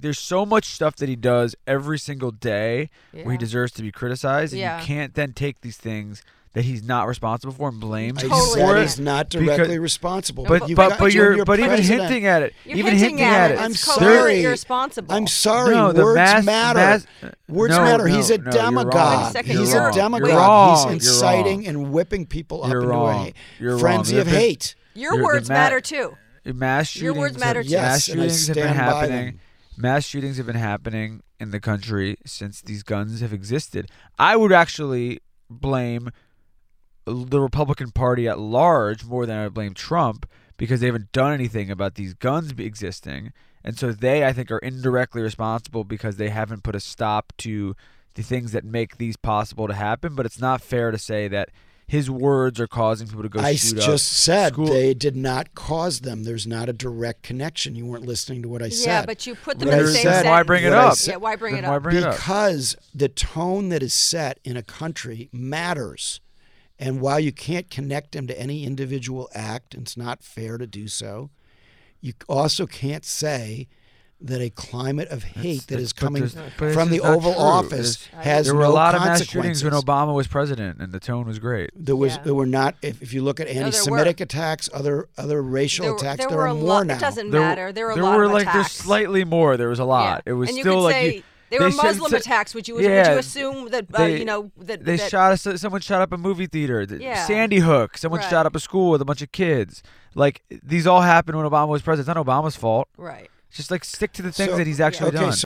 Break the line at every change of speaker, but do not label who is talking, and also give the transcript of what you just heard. there's so much stuff that he does every single day where he
Yeah.
deserves to be criticized, and
Yeah.
you can't then take these things that he's not responsible for and blame
I
him
Totally
for
can't.
it.
he's not
because-
directly responsible.
But
you
but
got-
but you're, but
president.
even hinting at it,
You're
even
hinting
hinting
at
at
it.
it.
I'm
It's
sorry.
totally irresponsible.
I'm sorry.
No, the
words
mass-
matter.
mass-
words
no,
matter.
no,
He's a
no, you're wrong.
demagogue.
Wait a second,
He's
you're
a
wrong.
demagogue.
You're
wrong.
He's
You're
inciting
wrong.
and whipping people up
You're
into
wrong.
a
You're wrong.
frenzy
There
of
have been-
hate.
Your
You're the
words
ma-
matter too.
mass
Your
shootings.
words matter
have,
too.
Mass
Yes, and I
shootings have been
stand by them.
happening. Mass shootings have been happening in the country since these guns have existed. I would actually blame the Republican Party at large more than I would blame Trump because they haven't done anything about these guns be- existing, and so they, I think, are indirectly responsible because they haven't put a stop to the things that make these possible to happen. But it's not fair to say that. His words are causing people to go
I s-
shoot up
just said
school-
they did not cause them. There's not a direct connection. You weren't listening to what I said.
Yeah, but you put them
What
in the
I
same
said-
sentence.
Why
bring it
What I
up?
said-
Yeah, why bring
Then
it
why
up?
bring it up?
because the tone that is set in a country matters. And while you can't connect them to any individual act, and it's not fair to do so, you also can't say that a climate of hate that
that's-
is
but
coming
there's- but it's
from the
just not
Oval
true.
Office
There's-
has
there were a
no
lot of mass
consequences.
shootings when Obama was president, and the tone was great.
there was
Yeah.
there were not if, if you look at
were.
anti-Semitic attacks, other other racial
There, were-
attacks,
there
there,
were
are
a
more
lot.
now.
It doesn't
There-
matter. There were a
there
lot
were
of
like there's
attacks.
slightly more. There was a lot.
Yeah.
It was
and you
still
could
like
say,
you,
they were
should-
Muslim
said-
attacks. Would you would
yeah,
you assume that uh,
they-
you know that
they
that,
shot us? Someone shot up a movie theater. th-
Yeah.
Sandy Hook. Someone
Right.
shot up a school with a bunch of kids. Like these all happened when Obama was president. It's not Obama's fault.
right?
Just like stick to the things
So-
that he's actually
okay,
done.
so